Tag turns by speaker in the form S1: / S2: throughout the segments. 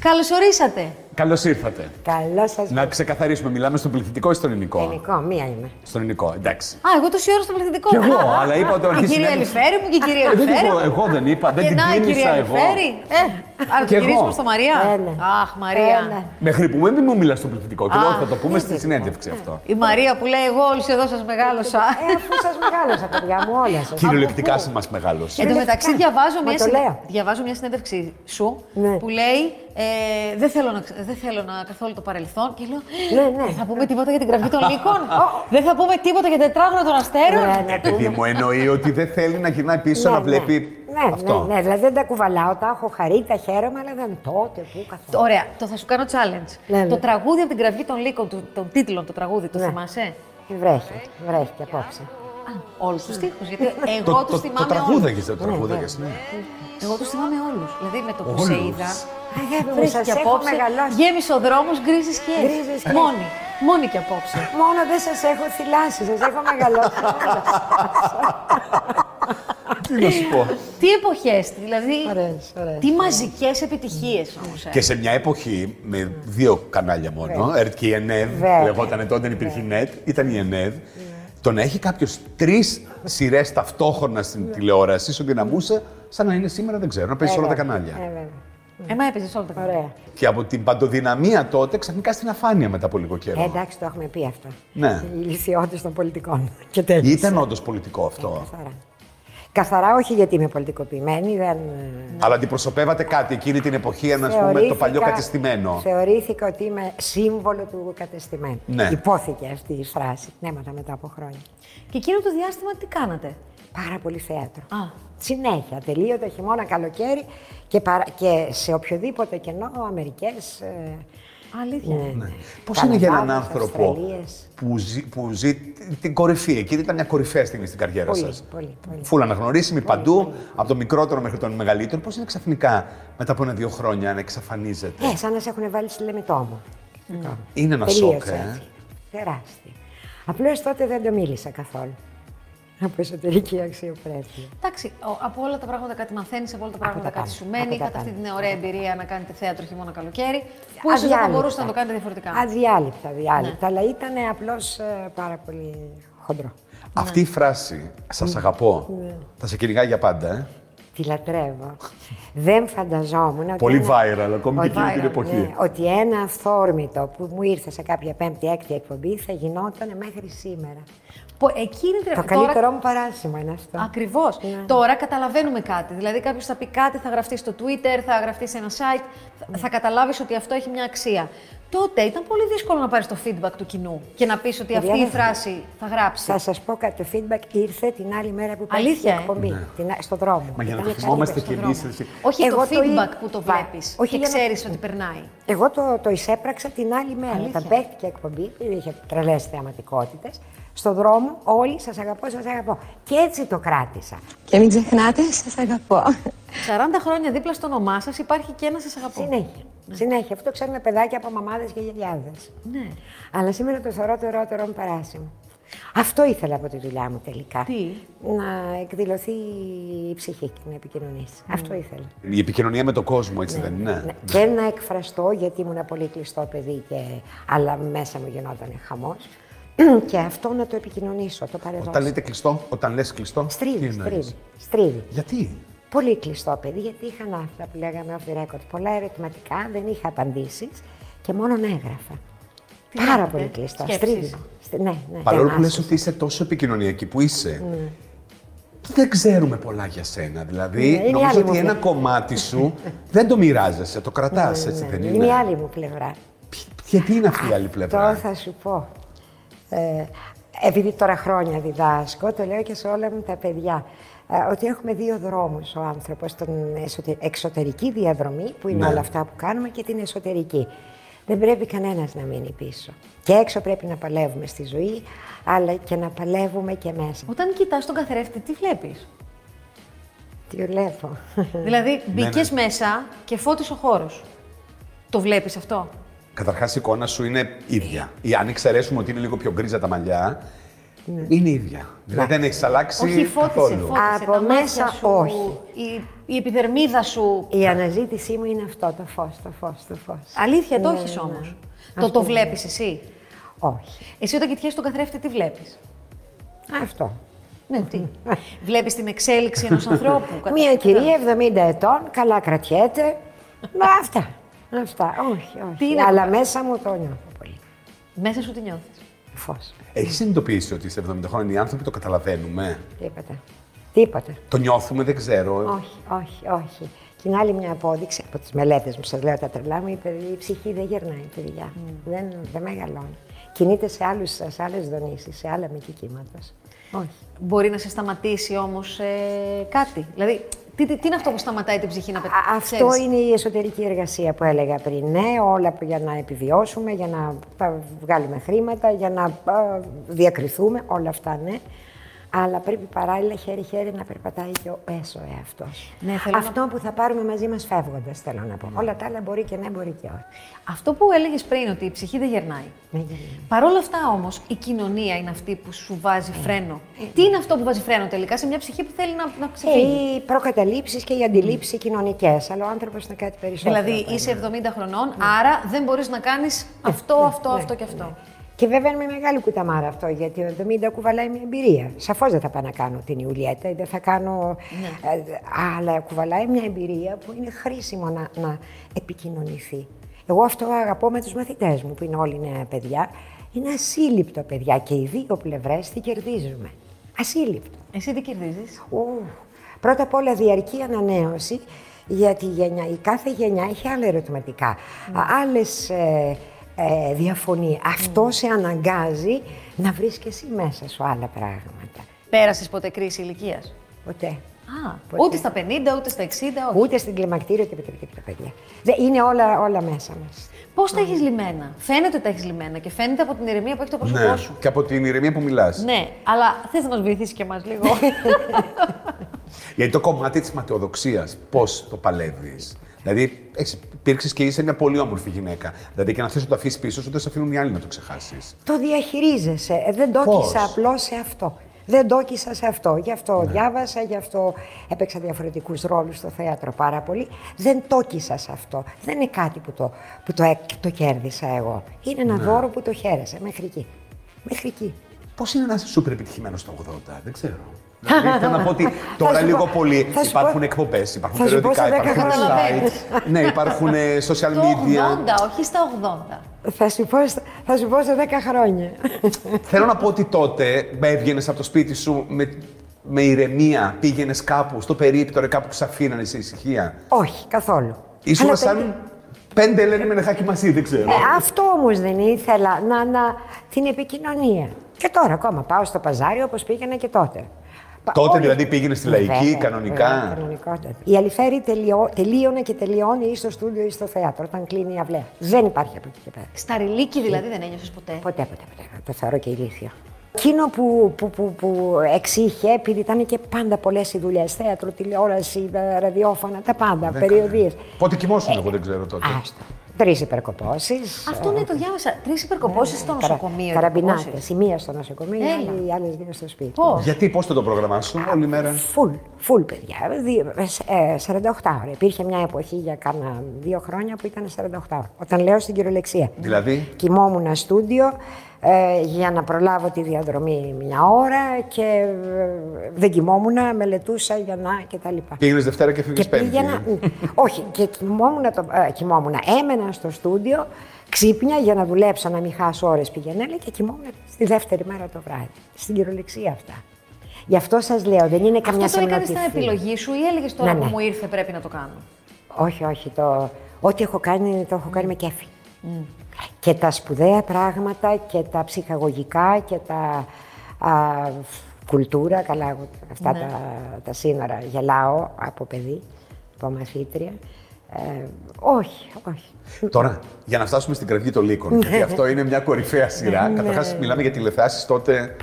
S1: Καλώς ορίσατε.
S2: Καλώς ήρθατε.
S3: Καλό σας
S2: Να ξεκαθαρίσουμε, μιλάμε στον πληθυντικό ή στον ελληνικό.
S3: Ελληνικό, μία είμαι.
S2: Στον ελληνικό, εντάξει.
S1: Α, εγώ τόση ώρα στο πληθυντικό.
S2: Κι εγώ, αλλά είπα όταν
S1: Η
S2: αρχίσει η
S1: κυρία
S2: συνέντευξη-
S1: Ελιφέρη μου και η κυρία
S2: Ε, δεν
S1: Ελιφέρη.
S2: είπα, εγώ δεν είπα, δεν την
S1: Γεννάει η κυρία
S2: κίνησα εγώ.
S1: Ελιφέρη. Ε, άρα
S2: Κι
S1: την
S2: εγώ.
S1: γυρίσουμε στο Μαρία.
S3: Ε, ναι.
S1: Αχ, Μαρία.
S3: Έλα.
S2: Μέχρι που μην μου μιλάς στο πληθυντικό. Και λέω,
S1: Α,
S2: θα το πούμε στη συνέντευξη αυτό.
S1: Η Μαρία που λέει: Εγώ όλους εδώ σας μεγάλωσα.
S3: Ε, αφού σας μεγάλωσα, παιδιά μου, όλα σας.
S2: Κυριολεκτικά σε μας μεγάλο.
S1: Εν τω μεταξύ, διαβάζω
S3: Μα
S1: μια,
S3: το
S1: συνε-
S3: λέω.
S1: διαβάζω μια συνέντευξη σου
S3: Ναι.
S1: που λέει ε, δεν, θέλω να... ξε- δεν θέλω να καθόλου το παρελθόν. Και λέω:
S3: Ναι, ναι.
S1: «Δεν Θα πούμε τίποτα για την κραυγή των λύκων. δεν θα πούμε τίποτα για τετράγωνο των αστέρων.
S3: Ναι, ναι.
S2: Ε, παιδί μου, εννοεί ότι δεν θέλει να γυρνάει πίσω να βλέπει
S3: Ναι,
S2: αυτό.
S3: ναι, ναι, δηλαδή δεν τα κουβαλάω, τα έχω χαρεί, τα χαίρομαι, αλλά δεν τότε που καθόλου.
S1: Ωραία, το θα σου κάνω challenge.
S3: Ναι, ναι.
S1: Το τραγούδι από την κραυγή των λύκων, του- των τίτλων του τραγούδι, το
S3: Ναι.
S1: θυμάσαι.
S3: Βρέχει, βρέχει και απόψε.
S1: Όλου
S3: Ναι.
S1: του τείχου. Γιατί
S2: Το-
S1: εγώ του
S2: το- Το
S1: θυμάμαι όλου.
S2: τραγούδαγε, το τραγούδαγες, ναι.
S1: Εγώ τους θυμάμαι όλους. Δηλαδή με το που
S2: Όλους.
S1: σε είδα.
S3: Αγάπη μου,
S1: Βρέχει
S3: σας
S1: και
S3: έχω
S1: απόψε.
S3: μεγαλώσει.
S1: Γέμισε ο δρόμος, γκρίζε
S3: Γκρίζες
S1: και
S3: σκιές.
S1: Μόνη. Μόνη και απόψε.
S3: Μόνο δεν σας έχω θυλάσει, σας έχω μεγαλώσει.
S2: Τι να σου πω.
S1: Τι εποχές, δηλαδή.
S3: Ωραίες, ωραίες.
S1: Τι μαζικές επιτυχίες όμω.
S2: Και σε μια εποχή με δύο κανάλια μόνο, ΕΡΤ και η ΕΝΕΔ,
S3: Βέβαια. Ναι.
S2: λεγότανε τότε, δεν υπήρχε η ΕΝΕΔ, ήταν η ΕΝΕΔ. Το να έχει κάποιος τρεις σειρές ταυτόχρονα
S3: Ναι.
S2: στην τηλεόραση, σογκεναμούσε, σαν να είναι σήμερα, δεν ξέρω, να παίζει σε όλα τα
S3: Ε,
S2: κανάλια.
S3: βέβαια.
S1: Εμά έπαιζε όλα τα καλά.
S3: Ωραία.
S2: Και από την παντοδυναμία τότε, ξαφνικά στην αφάνεια μετά από λίγο
S3: Ε,
S2: καιρό.
S3: εντάξει, το έχουμε πει αυτό.
S2: Ναι.
S3: Η λυσιότητα των πολιτικών. Και τέλος.
S2: Ήταν όντως πολιτικό αυτό.
S3: Καθαρά. Καθαρά, όχι γιατί είμαι πολιτικοποιημένη, δεν. ε,
S2: Αλλά αντιπροσωπεύατε κάτι εκείνη την εποχή, ένα ας πούμε, το
S3: Θεωρήθηκα-
S2: παλιό κατεστημένο.
S3: Θεωρήθηκα ότι είμαι σύμβολο του κατεστημένου.
S2: Ναι.
S3: Υπόθηκε αυτή η φράση. Νέματα μετά από χρόνια.
S1: Και εκείνο το διάστημα τι κάνατε.
S3: Πάρα πολύ θέατρο.
S1: Α.
S3: Συνέχεια, τελείωτα χειμώνα, καλοκαίρι και, παρα- και σε οποιοδήποτε κενό, Αμερικές, ε,
S1: Αλήθεια.
S3: ναι.
S2: Πώ είναι για έναν
S3: Καναδάδες,
S2: άνθρωπο
S3: Αυστραλίες.
S2: που ζει, που ζει τ- την κορυφή, εκείνη ήταν μια κορυφαία στιγμή στην καριέρα
S3: Πολύ,
S2: σας.
S3: πολύ, πολύ.
S2: Φουλ αναγνωρίσιμη παντού, από το μικρότερο μέχρι τον μεγαλύτερο. Πώς είναι ξαφνικά μετά από ένα-δύο χρόνια να εξαφανίζεται.
S3: Ε, σαν να σε έχουν βάλει στη λεμιτό μου.
S2: Ναι.
S3: Ε,
S2: είναι ένα σοκ,
S3: Τελείωσε
S2: ε.
S3: έτσι. Τεράστιο. Απλώς τότε δεν το μίλησα καθόλου. Από εσωτερική αξιοπρέπεια.
S1: Εντάξει, ο- από όλα τα πράγματα κάτι μαθαίνεις, από όλα τα πράγματα
S3: τα
S1: κάτι
S3: πάντα,
S1: σου μένει.
S3: από τα
S1: Είχατε αυτή
S3: πάντα.
S1: την ωραία εμπειρία να κάνετε θέατρο χειμώνα καλοκαίρι. Που ίσως δεν θα μπορούσατε να το κάνετε διαφορετικά. Ναι.
S3: Αδιάλειπτα, αδιάλειπτα. Αλλά ήταν απλώ πάρα πολύ χοντρό.
S2: Αυτή
S3: Ναι.
S2: η φράση, σας αγαπώ, θα σε κυνηγάει για πάντα. Ε.
S3: Τη λατρεύω. Δεν φανταζόμουν ότι.
S2: Πολύ
S3: ένα-
S2: viral, ακόμη και
S3: ότι-
S2: εκείνη την
S1: viral,
S2: εποχή.
S3: ναι, ότι ένα αυθόρμητο που μου ήρθε σε κάποια πέμπτη-έκτη εκπομπή θα γινόταν μέχρι σήμερα.
S1: Πο- Εκείνη την
S3: Το
S1: Ε, τώρα-
S3: καλύτερό μου Ναι. παράσημο είναι αυτό.
S1: Ακριβώς. Τώρα καταλαβαίνουμε κάτι. Δηλαδή, κάποιος θα πει κάτι, θα γραφτεί στο Twitter, θα γραφτεί σε ένα site,
S3: Ναι.
S1: θα- θα καταλάβεις ότι αυτό έχει μια αξία. Τότε ήταν πολύ δύσκολο να πάρεις το feedback του κοινού και να πεις ότι
S3: Παιδιά,
S1: αυτή η
S3: δεν-
S1: φράση θα γράψει.
S3: Θα σας πω κάτι. Το feedback ήρθε την άλλη μέρα που πέρασε η
S1: Αλήθεια, ε?
S3: εκπομπή. Την, α- στον δρόμο.
S2: Ναι. Μα για να το
S3: Ήταν
S2: θυμόμαστε
S3: εξαιρετικό.
S2: κι εμεί.
S1: Όχι
S3: Εγώ
S1: το
S3: το
S1: feedback
S3: ή-
S1: που το
S3: Βα-
S1: βλέπεις
S3: όχι
S1: και
S3: για να-
S1: ξέρεις ότι περνάει.
S3: Εγώ το, το εισέπραξα την άλλη μέρα.
S1: Αλήθεια.
S3: Όταν παίχτηκε η εκπομπή, είχε τρελές θεαματικότητες. Στον δρόμο, όλοι σας αγαπώ, σας αγαπώ. Και έτσι το κράτησα.
S4: Και μην ξεχνάτε, σας αγαπώ.
S1: 40 χρόνια δίπλα στο όνομά σας υπάρχει και ένα σας αγαπώ.
S3: Συνέχεια. Συνέχεια. Αυτό ξέρουν παιδάκια από μαμάδες και γιαγιάδες.
S1: Ναι.
S3: Αλλά σήμερα το θεωρώ το ερώτηρο μου παράσημο. Αυτό ήθελα από τη δουλειά μου τελικά.
S1: Τι?
S3: Να εκδηλωθεί η ψυχή και να επικοινωνήσει. Αυτό ήθελα.
S2: Η επικοινωνία με τον κόσμο, έτσι δεν είναι.
S3: Ναι. Και να εκφραστώ, γιατί ήμουν πολύ κλειστό παιδί, και... αλλά μέσα μου γινόταν χαμός. και αυτό να το επικοινωνήσω, το παρεδώσω.
S2: Όταν λέτε κλειστό, όταν λες κλειστό, τι
S3: Στρίβει,
S2: εννοείς?
S3: στρίβει, στρίβει.
S2: Γιατί.
S3: Πολύ κλειστό παιδί, γιατί είχαν αυτά που λέγαμε off the record. Πολλά ερωτηματικά, δεν είχα απαντήσεις και μόνο έγραφα. Πάρα
S1: γράφατε,
S3: πολύ κλειστό.
S1: σκέψεις?
S3: Στρίβει. Στε- Ναι, ναι.
S2: Παρόλο που λες
S3: τεμάσες.
S2: ότι είσαι τόσο επικοινωνιακή που είσαι, δεν ξέρουμε πολλά για σένα. Δηλαδή,
S3: Ναι. Ναι, είναι
S2: νομίζω
S3: άλλη
S2: ότι
S3: μου
S2: ένα
S3: φύση. Ναι,
S2: κομμάτι σου δεν το μοιράζεσαι, το κρατάς, έτσι δεν
S3: Είναι η
S2: είναι.
S3: άλλη μου πλευρά.
S2: Ποι- Γιατί είναι αυτή η άλλη
S3: Αυτό
S2: πλευρά.
S3: θα σου πω. Ε, επειδή τώρα χρόνια διδάσκω, το λέω και σε όλα μου τα παιδιά, ε, ότι έχουμε δύο δρόμους ο άνθρωπος, την εσωτε- εξωτερική διαδρομή, που είναι
S2: Ναι.
S3: όλα αυτά που κάνουμε, και την εσωτερική. Δεν πρέπει κανένας να μείνει πίσω. Και έξω πρέπει να παλεύουμε στη ζωή, αλλά και να παλεύουμε και μέσα.
S1: Όταν κοιτάς τον καθρέφτη, τι βλέπεις.
S3: Τι βλέπω.
S1: δηλαδή, μπήκε μέσα και φώτισε ο χώρος. Το βλέπεις αυτό.
S2: Καταρχάς, η εικόνα σου είναι ίδια. Ή αν εξαιρέσουμε ότι είναι λίγο πιο γκρίζα τα μαλλιά,
S3: Ναι.
S2: Είναι ίδια. Δηλαδή δεν έχεις αλλάξει
S1: Όχι, φώτισε,
S2: καθόλου.
S1: φώτισε.
S3: Από
S1: τα μάτια
S3: μέσα,
S1: σου,
S3: όχι.
S1: Η, η επιδερμίδα σου.
S3: Η αναζήτησή μου είναι αυτό, το φως, το φως, το φως.
S1: Αλήθεια, το
S3: Ναι,
S1: έχεις
S3: ναι.
S1: όμως. Το
S3: Αυτό ναι.
S1: το
S3: είναι.
S1: βλέπεις εσύ.
S3: Όχι.
S1: Εσύ όταν κοιτιέσαι τον καθρέφτη, τι βλέπεις.
S3: Αυτό.
S1: Ναι, τι. βλέπεις την εξέλιξη ενός ανθρώπου. κατά-
S3: Μία κυρία 70 ετών, καλά κρατιέται. Μα αυτά. Αυτά. Όχι,
S1: Τι
S3: όχι.
S1: είναι
S3: Αλλά μέσα μου το νιώθω πολύ.
S1: Μέσα σου τι νιώθεις.
S3: Φως.
S2: Έχεις συνειδητοποιήσει ότι σε 70 χρόνια οι άνθρωποι το καταλαβαίνουμε.
S3: Τίποτα. Τίποτα.
S2: Το νιώθουμε, δεν ξέρω.
S3: Όχι, όχι, όχι. Και είναι άλλη μια απόδειξη από τις μελέτες μου, σας λέω τα τρελά μου, η, παιδι- η ψυχή δεν γερνάει, παιδιά.
S1: Mm.
S3: Δεν, δεν μεγαλώνει. Κινείται σε, άλλους, σε άλλες δονήσεις, σε άλλα μήκη κύματο. Όχι.
S1: Μπορεί να σε σταματήσει όμως κάτι. Δηλαδή, τι, τι, τι είναι αυτό που σταματάει την ψυχή να πετάει.
S3: Α- αυτό είναι η εσωτερική εργασία που έλεγα πριν. Ναι, όλα που- για να επιβιώσουμε, για να τα βγάλουμε χρήματα, για να α, διακριθούμε, όλα αυτά ναι. Αλλά πρέπει παράλληλα χέρι-χέρι να περπατάει και ο έσω εαυτός.
S1: Ναι, θέλω να-
S3: αυτό που θα πάρουμε μαζί μας φεύγοντας, θέλω να πω. Όλα τα άλλα μπορεί και ναι, μπορεί και όχι.
S1: Αυτό που έλεγες πριν, ότι η ψυχή δεν γερνάει.
S3: Ναι, γυρνάει.
S1: Παρ' όλα αυτά όμως, η κοινωνία είναι αυτή που σου βάζει φρένο. Τι είναι αυτό που βάζει φρένο τελικά σε μια ψυχή που θέλει να, να
S3: Ε,
S1: ξεφύγει.
S3: οι προκαταλήψεις και οι αντιλήψεις κοινωνικές. Αλλά ο άνθρωπος είναι κάτι περισσότερο.
S1: Δηλαδή,
S3: από
S1: είσαι 70 χρονών, άρα δεν μπορείς να κάνεις αυτό, αυτό, αυτό και αυτό.
S3: Και βέβαια είναι μεγάλη κουταμάρα αυτό, γιατί ο 70 κουβαλάει μια εμπειρία. Σαφώς δεν θα πάω να κάνω την Ιουλιέτα ή δεν θα κάνω. ε, αλλά κουβαλάει μια εμπειρία που είναι χρήσιμο να, να επικοινωνηθεί. Εγώ αυτό αγαπώ με τους μαθητές μου, που είναι όλοι νέα παιδιά. Είναι ασύλληπτο, παιδιά, και οι δύο πλευρές τι κερδίζουμε. Ασύλληπτο.
S1: Εσύ τι κερδίζει.
S3: Ου, πρώτα απ' όλα διαρκή ανανέωση, γιατί η, γενιά, η κάθε γενιά έχει άλλα ερωτηματικά, άλλες ε, ε, διαφωνεί. Αυτό σε αναγκάζει να βρεις και εσύ μέσα σου άλλα πράγματα.
S1: Πέρασες ποτέ κρίση ηλικίας.
S3: Ποτέ.
S1: Α,
S3: Ποτέ.
S1: ούτε στα 50, ούτε στα 60, όχι.
S3: Ούτε στην κλιμακτήριο και επιτροπή τα παιδιά. Δε- Είναι όλα, όλα μέσα μας.
S1: Πώς τα έχει λυμμένα. Φαίνεται ότι τα έχεις λυμμένα και φαίνεται από την ηρεμία που έχει το πρόσωπό
S2: Ναι.
S1: σου.
S2: Και από την ηρεμία που μιλάς.
S1: Ναι, αλλά θες να μας βοηθήσει και εμάς λίγο.
S2: Γιατί το κομμάτι της ματαιοδοξίας, πώς το παλεύεις. Δηλαδή, υπήρξες και είσαι μια πολύ όμορφη γυναίκα. Δηλαδή, και να θε να το αφήσει πίσω σου, δεν σε αφήνουν οι άλλοι να το ξεχάσεις.
S3: Το διαχειρίζεσαι. Ε, Δεν τόκισα
S2: Πώς?
S3: απλώ σε αυτό. Δεν τόκισα σε αυτό. Γι' αυτό διάβασα, γι' αυτό έπαιξα διαφορετικούς ρόλους στο θέατρο πάρα πολύ. Δεν τόκισα σε αυτό. Δεν είναι κάτι που το, που το, έκ- το κέρδισα εγώ. Είναι ένα δώρο που το χαίρεσα μέχρι εκεί. Μέχρι εκεί.
S2: Πώς είναι να είσαι σούπερ επιτυχημένος στο 80, δεν ξέρω. Δηλαδή, θέλω να πω ότι τώρα
S3: Θα σου
S2: λίγο
S3: πω-
S2: πολύ
S3: θα σου
S2: υπάρχουν
S3: πω-
S2: εκπομπές, υπάρχουν
S3: θα σου πω σε
S2: περιοδικά,
S3: 10
S2: υπάρχουν
S1: χρόνια.
S2: sites. ναι, υπάρχουν ε, social
S1: το
S2: media.
S1: 80, όχι στα 80.
S3: Θα σου πω, στα- θα σου πω σε 10 χρόνια.
S2: Θέλω να πω ότι τότε έβγαινες από το σπίτι σου με, με ηρεμία, πήγαινες κάπου στο περίπτωρο, κάπου που σε αφήνανε σε ησυχία.
S3: Όχι, καθόλου.
S2: Ήσουν
S3: Αλλά
S2: σαν πέντε Ελένη με νεχάκι μαζί, δεν ξέρω.
S3: Ε, αυτό όμως δεν ήθελα να, να την επικοινωνία. Και τώρα ακόμα πάω στο παζάρι όπως πήγαινα και τότε. Πα-
S2: Τότε δηλαδή πήγαινες στη Λαϊκή,
S3: Βέβαια,
S2: κανονικά.
S3: βέβαια, κανονικότατα. Η Αλυφέρη τελειώ... τελείωνε και τελειώνει ή στο στούντιο ή στο θέατρο όταν κλείνει η αυλαία. Δεν υπάρχει από εκεί και πέρα.
S1: Στα ρηλίκι δηλαδή δεν ένιωσες ποτέ.
S3: Ποτέ, ποτέ, ποτέ. Το θεωρώ και ηλίθιο. Εκείνο που, που, που, που εξήχε, επειδή ήταν και πάντα πολλές οι δουλειές, θέατρο, τηλεόραση, ε, ραδιόφωνα, τα πάντα, περιοδίε.
S2: Πότε κοιμόσουν, εγώ δεν ξέρω τότε.
S3: Άστο. Τρεις υπερκοπώσεις.
S1: Αυτό ναι, το διάβασα. Τρεις υπερκοπώσεις στο νοσοκομείο.
S3: Καραμπινάτε.
S1: υπερκοπώσεις.
S3: Η μία στο νοσοκομείο, η
S1: Έλα.
S3: άλλη- οι άλλες δύο στο σπίτι.
S1: Πώς?
S2: Γιατί, πώς το πρόγραμμά σου όλη μέρα.
S3: Φουλ, φουλ παιδιά. Δι- ε, 48 ώρε. Υπήρχε μια εποχή για κάνα δύο χρόνια που ήταν 48 ώρε. Όταν λέω στην κυριολεξία.
S2: Δηλαδή?
S3: Κοιμόμουν στούντιο ε, για να προλάβω τη διαδρομή μια ώρα και ε, δεν κοιμόμουν, μελετούσα για να κτλ.
S2: Πήγαινε Δευτέρα και φύγεις
S3: Και
S2: Πέμπτη.
S3: πήγαινα. όχι, και κοιμόμουν, το, ε, κοιμόμουν. Έμενα στο στούντιο, ξύπνια για να δουλέψω, να μην χάσω ώρες πηγαινέλα και κοιμόμουν στη δεύτερη μέρα το βράδυ. Στην κυριολεξία αυτά. Γι' αυτό σας λέω, δεν είναι καμιά
S1: Αυτό το έκανες στην
S3: σεμνοτυφή.
S1: επιλογή σου ή έλεγες τώρα
S3: Ναι,
S1: που
S3: ναι.
S1: μου ήρθε πρέπει να το κάνω.
S3: Όχι, όχι. Το, ό,τι έχω κάνει, το έχω κάνει με κέφι. Και τα σπουδαία πράγματα και τα ψυχαγωγικά και τα α, κουλτούρα, καλά, εγώ αυτά
S1: Ναι.
S3: τα, τα σύνορα γελάω από παιδί, από μαθήτρια. Ε, όχι, όχι.
S2: Τώρα, για να φτάσουμε στην κραυγή των λύκων,
S3: Ναι.
S2: γιατί αυτό είναι μια κορυφαία σειρά. Καταρχάς, μιλάμε για τηλεθάσεις τότε.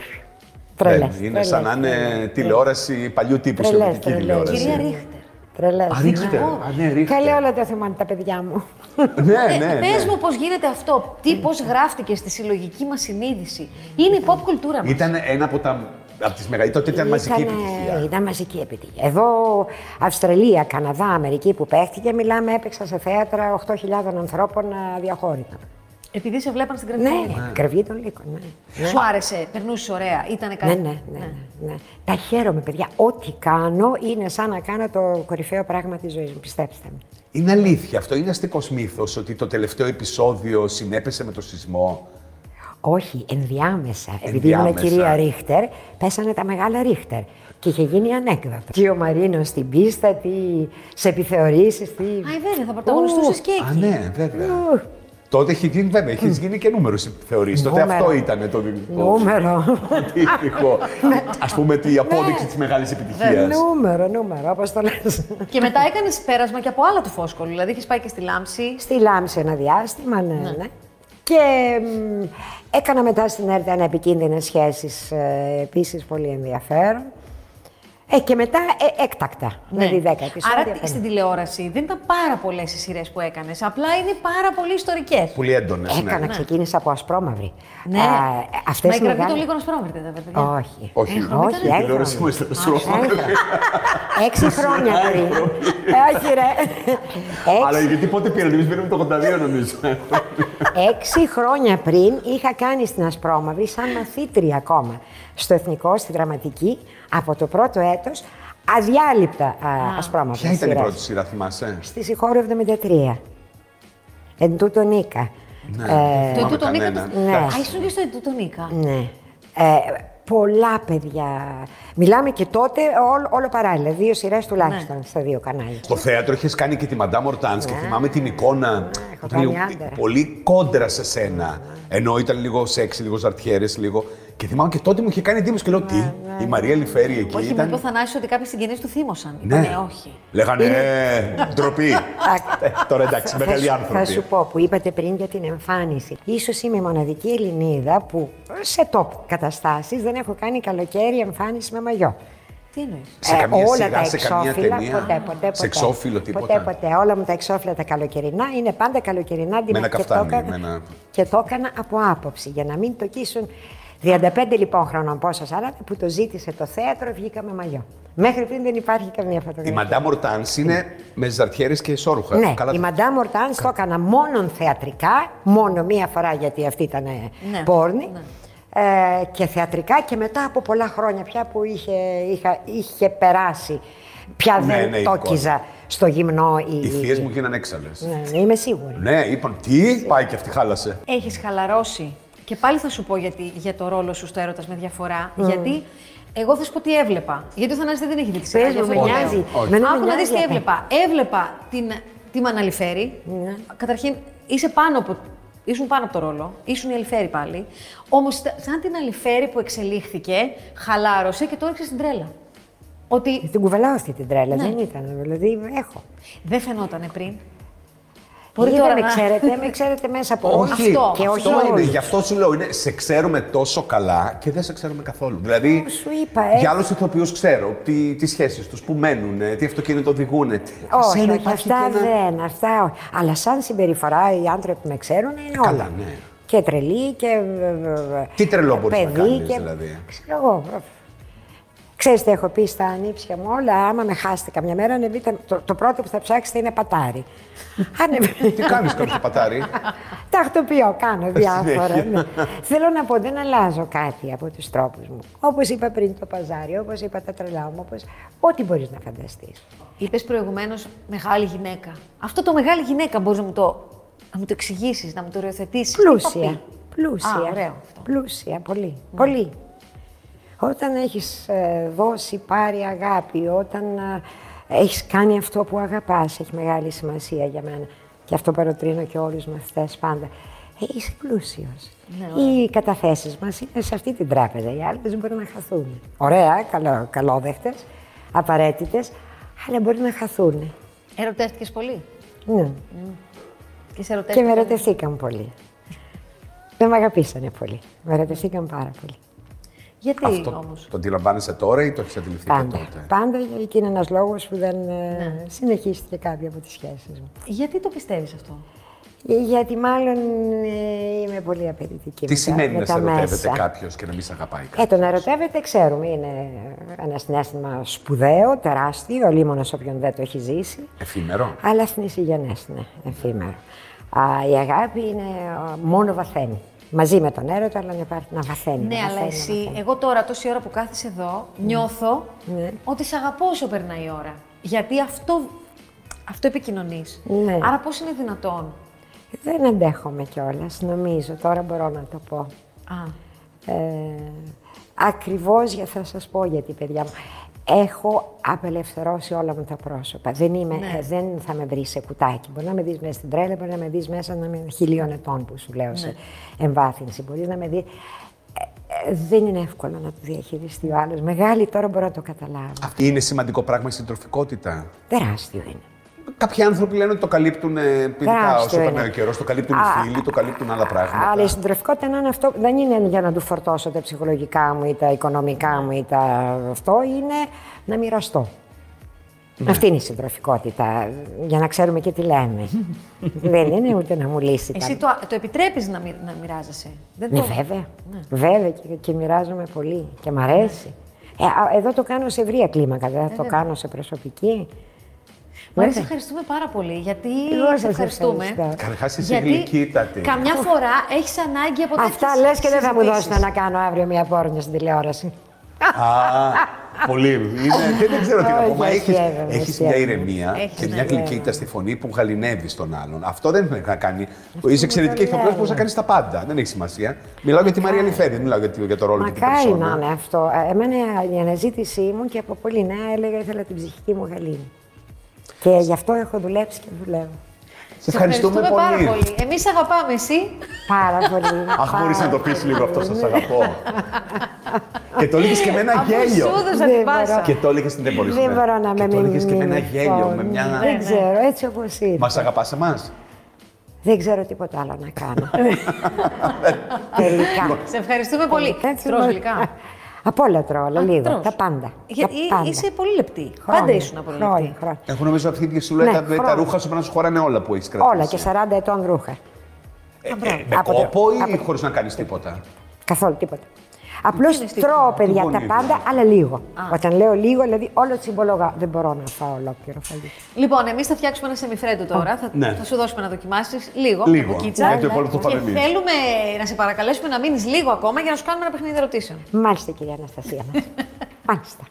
S3: Τρελές,
S2: δεν, είναι
S3: Ναι. τρελές,
S2: σαν να είναι
S3: τρελές.
S2: τηλεόραση παλιού τύπου,
S3: Τρελές,
S2: σοβιετική
S3: τρελές.
S2: τηλεόραση.
S1: Κυρία Ρίχτερ,
S3: Τρελές.
S2: Α, ρίξτε. Α, ναι, ρίχτε.
S3: Καλέ όλα τα θυμάμαι τα παιδιά μου.
S2: ναι, ναι,
S1: Ε,
S2: ναι.
S1: Πες μου πώς γίνεται αυτό, τι
S3: Ναι.
S1: πώς γράφτηκε στη συλλογική μας συνείδηση. Είναι η pop κουλτούρα μας.
S2: Ήταν ένα από τα. Από τις μεγα... Τότε ήταν μαζική
S3: Ήτανε-
S2: επιτυχία.
S3: Ήταν μαζική επιτυχία. Εδώ Αυστραλία, Καναδά, Αμερική που παίχτηκε, μιλάμε, έπαιξα σε θέατρα 8.000 ανθρώπων α, διαχώρητα.
S1: Επειδή σε βλέπαν στην
S3: Ναι,
S1: κρεβάτα.
S3: κρυβή των λύκων. Ναι.
S1: Σου άρεσε, περνούσες ωραία, ήτανε
S3: Ναι,
S1: κάτι.
S3: ναι, ναι, ναι, ναι. Τα χαίρομαι, παιδιά. Ό,τι κάνω είναι σαν να κάνω το κορυφαίο πράγμα της ζωής μου. Πιστέψτε με.
S2: Είναι αλήθεια αυτό. Είναι αστικός μύθος ότι το τελευταίο επεισόδιο συνέπεσε με το σεισμό.
S3: Όχι, ενδιάμεσα. Επειδή ήμουν
S2: Ενδιάμεσα.
S3: κυρία Ρίχτερ, πέσανε τα μεγάλα Ρίχτερ. Και είχε γίνει ανέκδοτος. Και ο Μαρίνος στην πίστα, τι σε επιθεωρήσεις, τι.
S1: Α, ε, βέβαια, θα πρωταγωνιστούσες και
S2: Α,
S1: εκεί.
S2: ναι, βέβαια. Τότε είχε γίνει, βέβαια, είχε γίνει και νούμερος θεωρείς. Τότε
S3: Νούμερο.
S2: αυτό ήταν το δικό.
S3: Νούμερο.
S2: Αντίστοιχο. Ας πούμε, τη απόδειξη της μεγάλης επιτυχίας.
S3: νούμερο, νούμερο, όπως το λες.
S1: Και μετά έκανες πέρασμα και από άλλα του φόσκολου. Δηλαδή έχεις πάει και στη λάμψη.
S3: Στη Λάμψη ένα διάστημα, ναι, ναι. Και μ, έκανα μετά στην ΕΡΤ ένα επικίνδυνες σχέσεις, ε, επίσης πολύ ενδιαφέρον. Ε, και μετά ε, έκτακτα, δηλαδή
S1: Ναι.
S3: 10 επεισόδια.
S1: Άρα
S3: πέντε.
S1: τι- στην τηλεόραση δεν ήταν πάρα πολλές οι σειρές που έκανες. Απλά είναι πάρα πολύ ιστορικές.
S2: Πολύ ναι. έντονε.
S3: Έκανα, ξεκίνησα από ασπρόμαυρη.
S1: Ναι.
S3: Α,
S1: Μα
S3: αυτές
S1: η
S3: οι
S1: γραμμή
S3: μεγάλες-
S1: των λίγων ασπρόμερτων, βέβαια. παιδιά.
S3: Όχι.
S2: Όχι,
S1: Έγχρωμη
S3: Όχι,
S1: ήταν.
S2: Η
S3: έγχρωμη.
S2: τηλεόραση μου έστειλε στο στρώμα.
S3: Έγχρωμη. Έξι χρόνια πριν. Ε, Όχι ρε.
S2: Αλλά
S3: Έξι-
S2: γιατί πότε πήραν, εμείς πήραμε το 82 νομίζω.
S3: Έξι χρόνια πριν είχα κάνει στην Ασπρόμαυρη σαν μαθήτρια ακόμα στο Εθνικό, στη Δραματική, από το πρώτο έτος, αδιάλειπτα α, Ασπρόμαυρη.
S2: Ποια ήταν η πρώτη σειρά, θυμάσαι.
S3: Στη Συγχώρου 73. Εν τούτο νίκα.
S2: Ναι.
S1: Το
S2: Θυμάμαι
S1: ετούτο νίκα.
S2: κανένα.
S1: του-
S3: Ναι.
S1: Α, ήσουν και στο ετούτο νίκα.
S3: Ναι. Ε, πολλά παιδιά. Μιλάμε και τότε όλο, όλο παράλληλα. Δύο σειρές τουλάχιστον στα δύο κανάλια.
S2: Στο θέατρο είχες κάνει και τη Μαντάμ Ορτάν και θυμάμαι την εικόνα.
S3: έχω
S2: του λέω,
S3: κάνει άντερα.
S2: πολύ κόντρα σε σένα. Ενώ ήταν λίγο σεξι, λίγο ζαρτιέρες, λίγο. Και θυμάμαι και τότε μου είχε κάνει εντύπωση και λέω τι. Η Μαρία Λιφέρη εκεί
S1: Όχι, μου
S2: ήταν.
S1: είπε ο Θανάσης ότι κάποιοι συγγενείς του θύμωσαν.
S3: Ναι.
S1: Είπανε, όχι.
S2: Ναι. Λέγανε «Ε, ντροπή.
S3: Α,
S2: Ε, Τώρα εντάξει,
S3: Θα
S2: μεγάλοι
S3: σου- Θα
S2: άνθρωποι.
S3: σου πω που είπατε πριν για την εμφάνιση. Ίσως είμαι η μοναδική Ελληνίδα που σε top καταστάσεις δεν έχω κάνει καλοκαίρι εμφάνιση με μαγιό. Ε,
S1: Τι εννοείς.
S2: Σε καμία
S3: όλα
S2: σειρά,
S3: τα
S2: σε καμία
S3: εξώφυλλα,
S2: ταινία.
S3: ποτέ, ποτέ, ποτέ.
S2: Σε εξώφυλλο, τίποτα.
S3: Ποτέ, ποτέ. Όλα μου τα εξώφυλλα τα καλοκαιρινά είναι πάντα καλοκαιρινά
S2: Με ένα
S3: και το
S2: καφτάνι,
S3: έκανα-
S2: με ένα-
S3: Και το έκανα από άποψη, για να μην το κίσουν 35 λοιπόν χρονών πόσα 40 που το ζήτησε το θέατρο, βγήκα με μαγιό. Μέχρι πριν δεν υπάρχει καμία
S2: Η
S3: φωτογραφία.
S2: Μαντάμ Ορτάν είναι με ζαρτιέρες και σόρουχα.
S3: Ναι,
S2: Καλά
S3: η
S2: τα-
S3: Μαντάμ Ορτάν το έκανα μόνον θεατρικά, μόνο μία φορά γιατί αυτή ήταν ε,
S1: Ναι,
S3: πόρνη.
S1: ναι.
S3: Ε, και θεατρικά και μετά από πολλά χρόνια πια που είχε, είχα, είχε περάσει. Πια
S2: Ναι,
S3: δεν
S2: ναι, η
S3: το
S2: εικόνα.
S3: κίζα στο γυμνό. Η,
S2: Οι θείες μου γίνανε έξαλλες.
S3: Ναι, είμαι σίγουρη.
S2: Ναι, είπαν τι, πάει και αυτή χάλασε.
S1: Έχεις χαλαρώσει. Και πάλι θα σου πω γιατί, για το ρόλο σου στο έρωτας με διαφορά. Γιατί εγώ θα σου πω τι έβλεπα. Γιατί ο Θανάσης δεν έχει δει τη σειρά.
S3: Πες
S1: γι'
S3: μου,
S1: αυτό
S3: με
S1: το λέω.
S3: νοιάζει.
S2: όχι.
S3: Εμένα με
S1: Άκου να δεις
S3: νοιάζει
S1: τι
S3: αυτό.
S1: έβλεπα. Έβλεπα την, τη Μαναλιφέρη.
S3: Ναι.
S1: Καταρχήν, είσαι πάνω από, ήσουν πάνω από το ρόλο. Ήσουν η Αλιφέρη πάλι. Όμως, στα- σαν την Αλιφέρη που εξελίχθηκε, χαλάρωσε και το έριξε στην τρέλα. Ότι
S3: Την κουβαλάω αυτή την τρέλα,
S1: Ναι.
S3: δεν ήταν. Δηλαδή έχω.
S1: δεν φαινότανε πριν.
S3: Μπορεί
S1: τώρα
S3: δεν με
S1: να-
S3: ξέρετε, με ξέρετε μέσα από όλους.
S2: Όχι,
S1: Αυτό,
S3: και όχι
S2: αυτό είναι.
S3: όλους.
S2: Γι' αυτό σου λέω, είναι, σε ξέρουμε τόσο καλά και δεν σε ξέρουμε καθόλου. Δηλαδή,
S3: Σου είπα, ε.
S2: για άλλους ηθοποιούς ξέρω τι, τις σχέσεις τους, που μένουν, ε, τι αυτοκίνητο οδηγούν.
S3: Όχι, όχι, αυτά δεν, αυτά όχι. Αλλά σαν συμπεριφορά οι άνθρωποι που με ξέρουν είναι όλα.
S2: Καλά, ναι.
S3: Και τρελή και... ε,
S2: Τι τρελό μπορείς να
S3: παιδί
S2: κάνεις, δηλαδή.
S3: Ξέρω εγώ. ε, Ξέρεις τι έχω πει στα ανήψια μου όλα, άμα με χάσετε καμιά μέρα, ανεβείτε, το, το πρώτο που θα ψάξετε είναι πατάρι. Ανε...
S2: Τι κάνεις κάποιος πατάρι.
S3: Τακτοποιώ, κάνω διάφορα. ναι. Θέλω να πω, δεν αλλάζω κάτι από τους τρόπους μου. Όπως είπα πριν το παζάρι, όπως είπα τα τρελά μου, όπως... ό,τι μπορείς να φανταστείς.
S1: Είπες προηγουμένως μεγάλη γυναίκα. Αυτό το μεγάλη γυναίκα μπορείς να μου το, να μου το εξηγήσεις, να μου το οριοθετήσεις.
S3: Πλούσια. Πλούσια.
S1: Α, ωραίο αυτό. Ναι.
S3: Πλούσια, πολύ. Πολύ. Όταν έχεις ε, δώσει, πάρει αγάπη, όταν ε, έχεις κάνει αυτό που αγαπάς, έχει μεγάλη σημασία για μένα. Και αυτό παροτρύνω και όλους τους μαθητές πάντα. Ε, είσαι πλούσιος.
S1: Ναι,
S3: Οι καταθέσεις μας είναι σε αυτή την τράπεζα, οι άλλες μπορεί να χαθούν. Ωραία, καλό, καλόδεχτες, απαραίτητες, αλλά μπορεί να χαθούν.
S1: Ερωτεύτηκες πολύ.
S3: Ναι.
S1: Και σε
S3: Και
S1: ερωτεύτηκε.
S3: με ερωτευτήκαν πολύ. Δεν με αγαπήσανε πολύ. Με ερωτευτήκαν πάρα πολύ.
S1: Γιατί
S2: Αυτό
S1: όμως.
S2: το αντιλαμβάνεσαι τώρα ή το έχεις αντιληφθεί και
S3: Πάντα.
S2: τότε.
S3: Πάντα και είναι ένας λόγος που δεν ε,
S1: Ναι.
S3: συνεχίστηκε κάποια από τις σχέσεις μου.
S1: Γιατί το πιστεύεις αυτό.
S3: Ε, Γιατί μάλλον ε, είμαι πολύ
S2: Τι
S3: απαιτητική. με τα-
S2: σημαίνει
S3: με
S2: να σε
S3: τα
S2: ερωτεύεται
S3: μέσα.
S2: κάποιος και να μην σε αγαπάει κάποιο.
S3: Ε, τον ερωτεύεται, ξέρουμε, είναι ένα συνέστημα σπουδαίο, τεράστιο, λίμωνος όποιον δεν το έχει ζήσει.
S2: Εφήμερο.
S3: Αλλά στην Ισηγενές, ναι, εφήμερο. Α, η αγάπη είναι α, μόνο βαθαίνει. Μαζί με τον έρωτα, αλλά να, υπάρχει, να βαθαίνει.
S1: Ναι,
S3: να
S1: αλλά
S3: βαθαίνει, να
S1: εσύ,
S3: βαθαίνει.
S1: εγώ τώρα τόση ώρα που κάθεσαι εδώ,
S3: Ναι.
S1: νιώθω ότι σε αγαπώ όσο περνάει η ώρα. Γιατί αυτό, αυτό επικοινωνείς.
S3: Ναι.
S1: Άρα πώς είναι δυνατόν.
S3: Δεν αντέχομαι κιόλας, νομίζω, τώρα μπορώ να το πω.
S1: Α,
S3: Ε, ακριβώς για θα σας πω γιατί, παιδιά μου. Έχω απελευθερώσει όλα μου τα πρόσωπα. Δεν, είμαι, ε, δεν θα με βρεις σε κουτάκι. Μπορεί να με δεις μέσα στην τρέλα, μπορεί να με δεις μέσα να με χιλίων ετών που σου λέω σε εμβάθυνση. Μπορείς να με δει. Ε, ε, δεν είναι εύκολο να το διαχειριστεί ο άλλος. Μεγάλη τώρα μπορώ να το καταλάβω.
S2: Αυτή είναι σημαντικό πράγμα η συντροφικότητα.
S3: Τεράστιο είναι.
S2: Κάποιοι άνθρωποι λένε ότι το καλύπτουν ε, ειδικά
S3: Τεράστιο
S2: όσο περνάει ο
S3: είναι.
S2: καιρός, το καλύπτουν οι
S3: Α,
S2: φίλοι, το καλύπτουν άλλα πράγματα.
S3: Αλλά η συντροφικότητα να είναι αυτό, δεν είναι για να του φορτώσω τα ψυχολογικά μου ή τα οικονομικά μου ή τα αυτό, είναι να μοιραστώ. Αυτή είναι η συντροφικότητα, για να ξέρουμε και τι λέμε. δεν είναι ούτε να μου λύσει
S1: εσύ
S3: τα...
S1: το, το επιτρέπεις να, μοι- να μοιράζεσαι. Δεν
S3: Ναι,
S1: το...
S3: βέβαια. Βέβαια και, και μοιράζομαι πολύ και μ' αρέσει.
S1: Ναι.
S3: Ε, α, εδώ το κάνω σε ευρία κλίμακα, δεν
S1: Ε,
S3: θα το κάνω σε προσωπική.
S1: Μαρία,
S3: Βέβαια.
S1: σε ευχαριστούμε πάρα πολύ. Γιατί
S3: Ναι. Εγώ
S1: σε
S3: σας
S1: ευχαριστούμε.
S3: ευχαριστώ.
S2: Καταρχάς είσαι
S1: Γιατί
S2: γλυκύτατη.
S1: Καμιά φορά έχεις ανάγκη από
S3: Αυτά
S1: τέτοιες
S3: λες και δεν θα μου
S1: συζητήσεις.
S3: δώσουν να κάνω αύριο μια πόρνια στην τηλεόραση.
S2: Α, πολύ. Είναι, δεν, δεν ξέρω τι να πω. Μα
S3: Όχι,
S2: έχεις,
S3: αστείευομαι,
S2: έχεις μια
S3: αστείευομαι.
S2: ηρεμία
S1: Έχεις,
S2: και
S1: ναι,
S2: μια γλυκύτητα στη φωνή που γαλινεύει τον άλλον. Αυτό δεν έχει να κάνει. Είσαι εξαιρετική ηθοποιό, μπορεί να κάνει τα πάντα. Δεν έχει σημασία. Μιλάω για τη Μαρία Λιφέδη, δεν μιλάω για, τη- για το ρόλο και την
S3: Μακάρι να
S2: περσόνα.
S3: είναι αυτό. Ε, Εμένα η αναζήτησή μου και από πολύ νέα έλεγα ήθελα την ψυχική μου γαλήνη. Και γι' αυτό έχω δουλέψει και δουλεύω.
S2: Σε
S1: Σε
S2: ευχαριστούμε
S1: πάρα
S2: πολύ.
S1: πολύ. Εμείς αγαπάμε εσύ.
S3: Πάρα πολύ.
S2: Αχ, μπορείς να το πεις λίγο αυτό,
S3: Ναι.
S2: σας αγαπώ. και το έλεγες και με ένα γέλιο.
S1: Σου έδωσα
S3: Ναι,
S1: την πάσα.
S3: μπορώ.
S2: Και το έλεγες δεν μπορεί
S3: Δεν μπορώ να με
S2: Και το έλεγες
S3: μιμηθώ.
S2: και με ένα γέλιο, με μια.
S1: Ναι,
S3: Δεν ξέρω, έτσι όπως είναι.
S2: Μας αγαπάς εμάς.
S3: Δεν ξέρω τίποτα άλλο να κάνω. Ναι.
S1: Ναι.
S2: Ναι.
S3: Τελικά.
S1: Σε ευχαριστούμε πολύ.
S3: Έτσι,
S1: Τρως
S3: μα-
S1: γλυκά.
S3: Απ' όλα τρώω, αλλά λίγο.
S1: ε, τρως.
S3: Τα πάντα.
S1: Γιατί
S3: Τα πάντα.
S1: είσαι πολύ λεπτή.
S3: Χρόνια,
S1: Πάντα ήσουν πολύ λεπτή.
S3: χρόνια, χρόνια.
S2: Εγώ νομίζω αυτή τη σου λέει
S3: Ναι,
S2: τα, τα
S3: χρόνο.
S2: ρούχα σου πρέπει να σου χωράνε όλα που έχεις κρατήσει.
S3: Όλα και 40 ετών ρούχα.
S2: Ε, με
S3: Από το-
S2: κόπο ή
S3: από-
S2: χωρίς να κάνεις τίποτα.
S3: Καθόλου τίποτα. Απλώς
S1: είναι
S3: τρώω, παιδιά, τα
S2: γονίδι.
S3: πάντα, αλλά λίγο. Όταν λέω λίγο, δηλαδή όλο συμπολογά. Δεν μπορώ να φάω ολόκληρο φαγητό.
S1: Λοιπόν, εμείς θα φτιάξουμε ένα σεμιφρέντο τώρα. Θα,
S2: Ναι.
S1: θα σου δώσουμε να δοκιμάσεις λίγο.
S2: Λίγο,
S1: από κίτσα.
S2: γιατί όλο το
S1: και
S2: φάμε εμείς.
S1: θέλουμε να σε παρακαλέσουμε να μείνεις λίγο ακόμα για να σου κάνουμε ένα παιχνίδι ερωτήσεων.
S3: Μάλιστα, κυρία Αναστασία μας. Μάλιστα.